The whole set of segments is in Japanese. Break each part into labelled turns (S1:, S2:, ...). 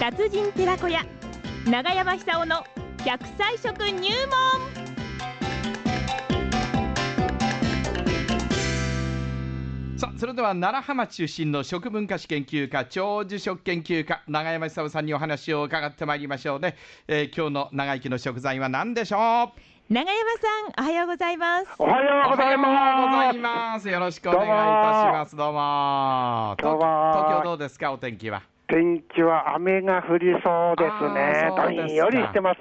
S1: 達人寺子屋長山久夫の百歳食入門
S2: さあそれでは奈良浜出身の食文化史研究家長寿食研究家永山久夫さんにお話を伺ってまいりましょうね、えー今日の長生きの食材は何でしょう
S1: 長山さんおはようございます
S3: おはようござい
S2: おはようござ
S3: ま
S2: い
S3: す。
S2: ますよろしくお願いいたしますどうも
S3: どうも
S2: 東東京どうですかお天気は
S3: 天気は雨が降りそうですね。
S2: あーそ
S3: ど
S2: うですか
S3: んよりしてます。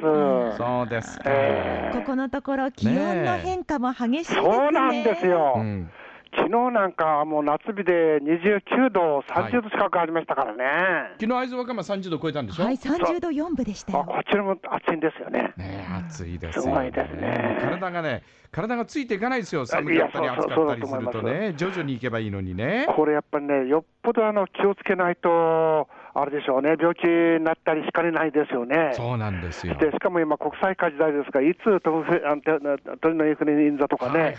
S2: そうですか、
S3: え
S1: ここのところ気温の変化も激しいですね
S3: そうなんですよ、
S2: うん
S3: 昨日なんかはもう夏日で29度、30度近くありましたからね。
S2: 昨日会津若松30度超えたんでしょ、
S1: はい30度4分でした
S3: あ
S1: よ
S3: こちらも暑いんですよね。
S2: ねえ暑いです
S3: す
S2: よ
S3: ご
S2: ね
S3: いですね
S2: 体がね体がついていかないですよ寒かったり
S3: いやそう
S2: 暑
S3: そう
S2: かったりすると
S3: そうだと思い
S2: ね徐々に行けばいいのにね
S3: これやっぱりね、よっぽどあの気をつけないと、あれでしょうね、病気になったりしかねないですよね。
S2: そうなんですよ
S3: でしかも今、国際化時代ですから、いつ飛ぶせあのて鳥のインフルエンザとかね、
S2: はいはいはい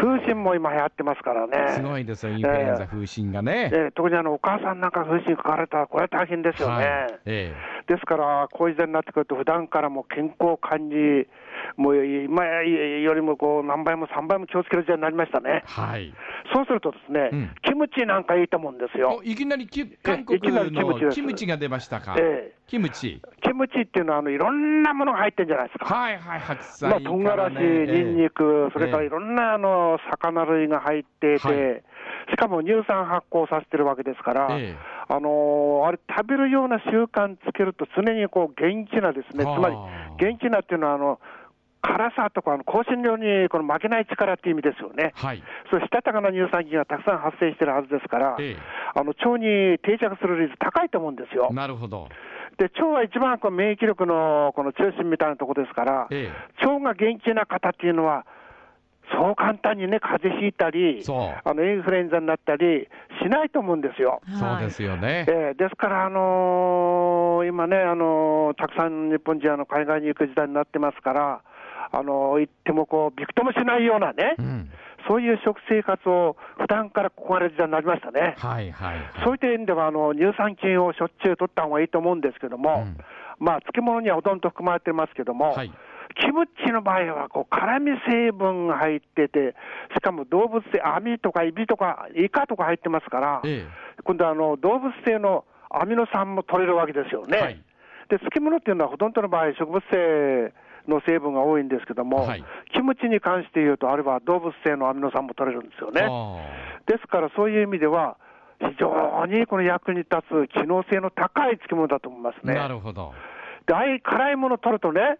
S3: 風疹も今流行ってますからね。
S2: すごいですよインフルエンザ風疹がね、
S3: ええ特にあのお母さんなんか風疹かかれたら、これは大変ですよね。
S2: はいえ
S3: ですから、こういう時代になってくると、普段からもう健康管理、もう今よりもこう何倍も3倍も気をつける時代になりましたね
S2: え。はい
S3: そうするとですね、
S2: うん
S3: キムチなんかいいと思うんですよ
S2: お。いきなりき韓国
S3: いきなりキムチで
S2: の
S3: す
S2: キムチが出ましたか、
S3: ええ
S2: キムチ
S3: キムチっていうのはあのいろんなものが入ってるんじゃないですか。
S2: はいはい白菜
S3: ま
S2: から、
S3: あ、
S2: ね、
S3: 唐辛子、ニンニ
S2: ク
S3: ク、それからいろんなあの魚類が入っていて、
S2: はい
S3: しかも乳酸発酵させてるわけですから、
S2: ええ
S3: あのーあれ、食べるような習慣つけると、常にこう元気なですね、つ
S2: はあ
S3: まり元気なっていうのはあの、辛さとかあの香辛料にこの負けない力っていう意味ですよね、
S2: はい
S3: そうしたたかな乳酸菌がたくさん発生してるはずですから、
S2: え
S3: あの腸に定着する率高いと思うんですよ
S2: え。なるほど
S3: で腸は一番こう免疫力のこの中心みたいなところですから、
S2: え
S3: 腸が元気な方っていうのは、そう簡単にね、風邪ひいた
S2: え
S3: り、
S2: そう
S3: あのインフルエンザになったりしないと思うんですよ。
S2: そうですすよね、
S3: ええですから、あのー今ね、あのーたくさん日本人あの海外に行く時代になってますから、あのー行ってもこうびくともしないようなね、
S2: うん
S3: そういう食生活を普段からここがれる時代になりましたね。
S2: はいはいはい
S3: そういった意味ではあの乳酸菌をしょっちゅう取った方がいいと思うんですけど
S2: う
S3: も、
S2: ん
S3: まあ漬物にはほとんど含まれてますけども、
S2: はい
S3: キムチの場合はこう辛味成分が入ってて、しかも動物性、網とかエビとかイカとか入ってますから、
S2: え
S3: 今度はあの動物性のアミノ酸も取れるわけですよ
S2: え
S3: ね。
S2: はい
S3: で漬物っていうのはほとんどの場合、植物性の成分が多いんですけども、
S2: はい
S3: キムチに関して言うと、あれは動物性のアミノ酸も取れるんですよね。
S2: あ
S3: ですからそういう意味では、非常にこの役に立つ機能性の高い漬物だと思います
S2: あな
S3: ね。
S2: るほど
S3: で、ああいう辛いものを取るとね、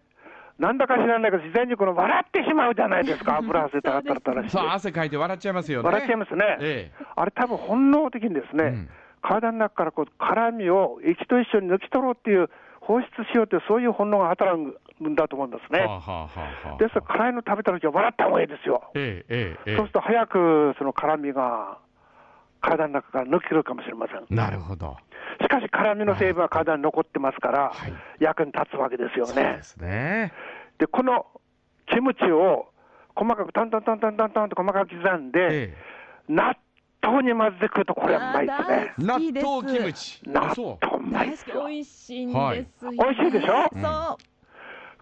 S3: なんだか知らないけど、自然にこの笑ってしまうじゃないで すか、油汗たらったらたらして
S2: さ。あ汗かいて笑っちゃいますよね
S3: 笑っちゃいますね。
S2: ええ
S3: あれ、多分本能的にですね、
S2: うん
S3: 体の中からこう辛みを液と一緒に抜き取ろうっていう、放出しようという、そういう本能が働くんだと思うんです
S2: はあ
S3: ね。
S2: はあはあはあ
S3: ですから、辛いの食べた時は笑った方がいいですよ。
S2: えええええ
S3: そうすると、早くその辛みが体の中から抜けるかもしれません。
S2: えなるほど
S3: しかし、辛みの成分は体に残ってますから、
S2: はい
S3: 役に立つわけですよ
S2: そう
S3: ね
S2: で。すね
S3: で、このキムチを細かく、トントントントントントンと細かく刻んで、
S2: え
S3: 納豆に混ぜて食うと、これはうまいですね。
S2: え
S1: 好
S2: 納
S1: きです
S2: 豆キムチ
S3: 納
S2: そう
S3: 豆うまい
S1: 大
S3: で
S1: 好
S3: すよ
S1: き。美味しいんですよ、
S3: 美味しいでしょ
S1: そう、
S2: うん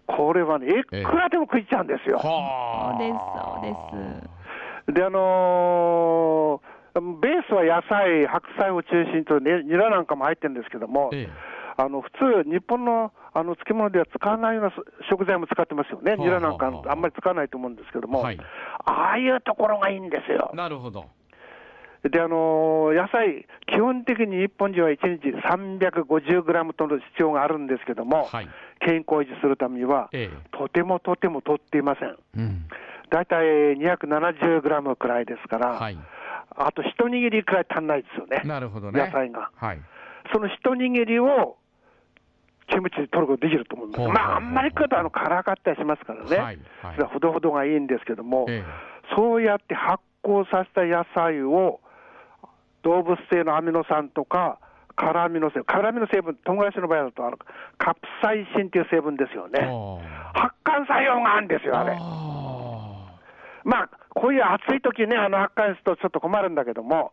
S3: これはね、いくらでも食いちゃうんですよ。
S2: は
S1: そうですそうです
S3: で、あのーベースは野菜、白菜を中心と、ね、ニラなんかも入ってるんですけども、
S2: え
S3: あの普通、日本のあの漬物では使わないような食材も使ってますよね、
S2: はあ
S3: ニラなんか
S2: はあ
S3: あんまり使わないと思うんですけど
S2: え
S3: も、
S2: はい
S3: ああいうところがいいんですよ。
S2: なるほど
S3: で、あのー野菜、基本的に日本人は1日350グラムとの必要があるんですけども、
S2: はい
S3: 健康維持するためには、
S2: え
S3: とてもとても取っていません。
S2: えうん
S3: だいたい270グラムくらいですから、
S2: はい
S3: あと一握りくらい足んないですよね、
S2: なるほどね
S3: 野菜が。
S2: はい
S3: その一握りをキムチで取ることできると思うんです。
S2: ほうほうほう
S3: まあ、あんまり食うとあの辛かったりしますからね、
S2: はいはい
S3: それはほどほどがいいんですけども、
S2: え
S3: そうやって発酵させた野菜を動物性のアミノ酸とか、辛みの成分、辛みの成分、唐辛子の場合だとあの、カプサイシンっていう成分ですよ
S2: え
S3: ね。
S2: あ
S3: 発汗作用があるんです
S2: あ
S3: よ、あれ。
S2: あ
S3: まあ、こういう暑い時ね、あの発汗するとちょっと困るんだけども、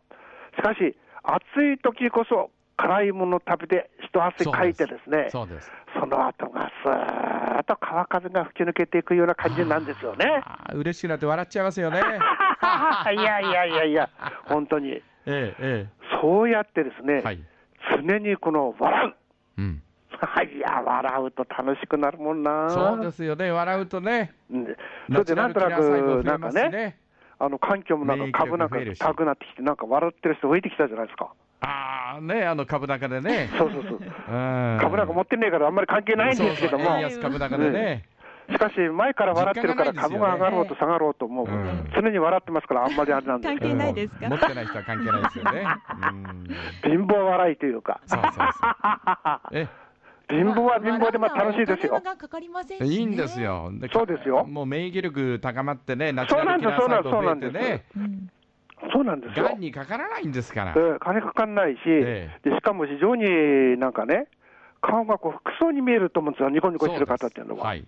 S3: しかし、暑い時こそ辛いものを食べて一汗かいてですね
S2: そうです。
S3: その後がスーッと川風が吹き抜けていくような感じなんで すよね。
S2: あー嬉しくなって笑っちゃいますよ ね。
S3: いやいやいやいや、本当に、
S2: えええ
S3: そうやってです
S2: え
S3: ね、
S2: はい。
S3: 常にこの笑う、
S2: うん。
S3: いや、笑うと楽しくなるもんな、
S2: そうですよね。笑うとね、
S3: うんそれ
S2: ナチ
S3: で
S2: ュラ
S3: な
S2: ル
S3: んと
S2: キ
S3: な
S2: ラー細胞増
S3: く、な
S2: え
S3: ん
S2: ま
S3: か
S2: す
S3: ね、
S2: ね
S3: あの環境もなん
S2: 免疫
S3: か株なんか
S2: 力増えるし
S3: 高くなってきて、なんか笑ってる人増えてきたじゃないですか。
S2: ああねあの株高で ね。
S3: そうそうそ う。
S2: うん
S3: 株なんか持ってねえからあんまり関係ないんですけ
S2: そ
S3: ど
S2: う
S3: も
S2: そう円、安株高でね。
S3: しかし前から笑ってるから
S2: 実感
S3: 株
S2: がな
S3: が
S2: いですよね
S3: 上がろうと下がろうともう
S2: うん
S3: 常に笑ってますからあんまりあれなんで
S1: 関係ないですか
S2: うん持ってない人は関係ないですよね。うん。
S3: 貧乏笑いというか
S2: そうそうそう。 え
S3: 貧乏は貧乏でまあ楽しいです
S4: お
S3: よ
S4: 金がかかりませんしね
S2: いいんです。よ。
S3: そうですよ
S2: もう免疫力高まってね、ナチュラルキラー細胞増えて
S3: そうなんですそうなんです
S4: うん
S2: ね
S3: そうなんで、そうなんです
S2: が
S3: よ
S2: んにかからないんですから。
S3: ええ金かかんないし
S2: え
S3: でしかも非常になんかね顔がこう服装に見えると思うんですよニコニコしてる方っていうのは
S2: はい。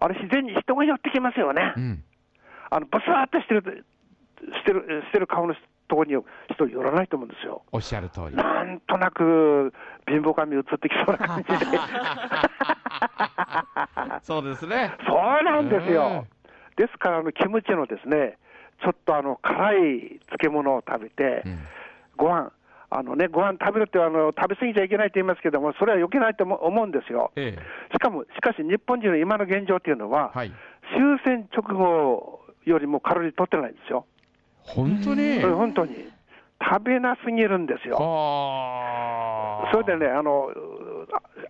S3: あれ自然に人が寄ってきますよね
S2: うん。
S3: あのブスーっとしてるしてるしてる顔のところに人寄らないと思うんですよ
S2: おっしゃる通り。
S3: なんとなく貧乏神映ってきそうな感じで
S2: そうですね。
S3: そうなんです
S2: うん
S3: よ。ですから、あのキムチのですね、ちょっとあの辛い漬物を食べて、
S2: うん
S3: ご飯あのね、ご飯食べるってあの食べ過ぎちゃいけないって言いますけども、それはよけないと思思うんですよ。
S2: ええ。
S3: しかも、しかし日本人の今の現状っていうのは、
S2: はい。
S3: 終戦直後よりもカロリー取ってないんですよ。
S2: 本当に。
S3: うん本当に食べなすぎるんですよ。
S2: はあ
S3: それでね、。あの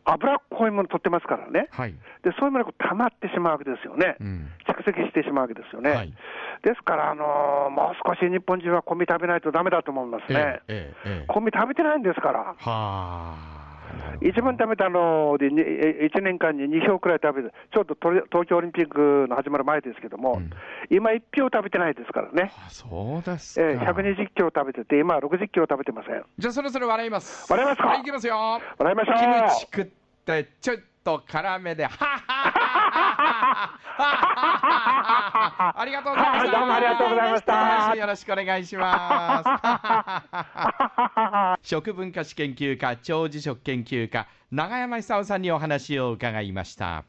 S3: あ脂っこいもの取ってますからね。
S2: はい。
S3: でそういうものが溜まってしまうわけですよね。
S2: うん。
S3: 蓄積してしまうわけですよね。
S2: はい
S3: ですから、あのーもう少し日本人は米食べないとダメだと思います
S2: え
S3: ね
S2: え。ええええ。
S3: 米食べてないんですから。
S2: はあなるほど。
S3: 一番食べたので、にえ1年間に2票くらい食べて、ちょうどとり東京オリンピックの始まる前ですけども、
S2: うん
S3: 今、1票食べてないですからね、
S2: あそうです
S3: え
S2: か。
S3: ー120キロ食べてて、今は60キロ食べてません。
S2: じゃあそろそろ笑います。
S3: 笑いますか
S2: はい、いきますよ。
S3: もらいましょう
S2: キム チ食ってちょっと辛めで、はっはっはっはっはっはっはっはっはありがとうございました。
S3: どうもありがとうございました
S2: 来週よろしくお願いします。食文化史研究家、長寿食研究家、永山久夫さんにお話を伺いました。